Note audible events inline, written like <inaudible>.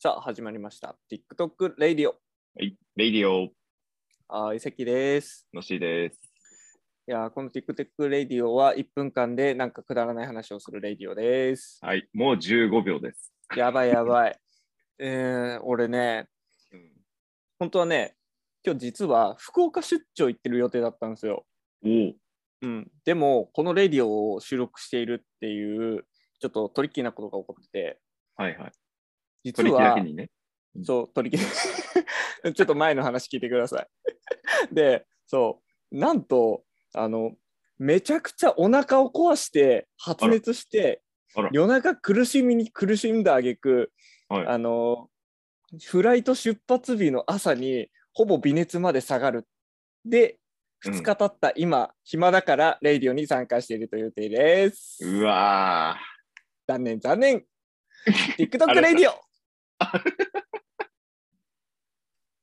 さあ、始まりました。TikTok レイディオ。はい、レイディオ、あー、伊関です。のしーです。いやー、この TikTok レイディオは1分間でなんかくだらない話をするレイディオです。はい、もう15秒です。やばいやばい。えー、俺ね、本当はね、今日実は福岡出張行ってる予定だったんですよ。おお、うん。でも、このレイディオを収録しているっていう、ちょっとトリッキーなことが起こってて、はいはい。実取引だはけ、にね。そう、取り切れ <laughs> ちょっと前の話聞いてください。 <laughs> で、そう、なんと、あの、めちゃくちゃお腹を壊して、発熱してあらあら、夜中苦しみに苦しんだ挙句、はいあの、フライト出発日の朝に、ほぼ微熱まで下がる。で、うん2日経った今、暇だから、レイディオに参加しているという予定です。うわ <laughs> 残念、残念。TikTok レイディオ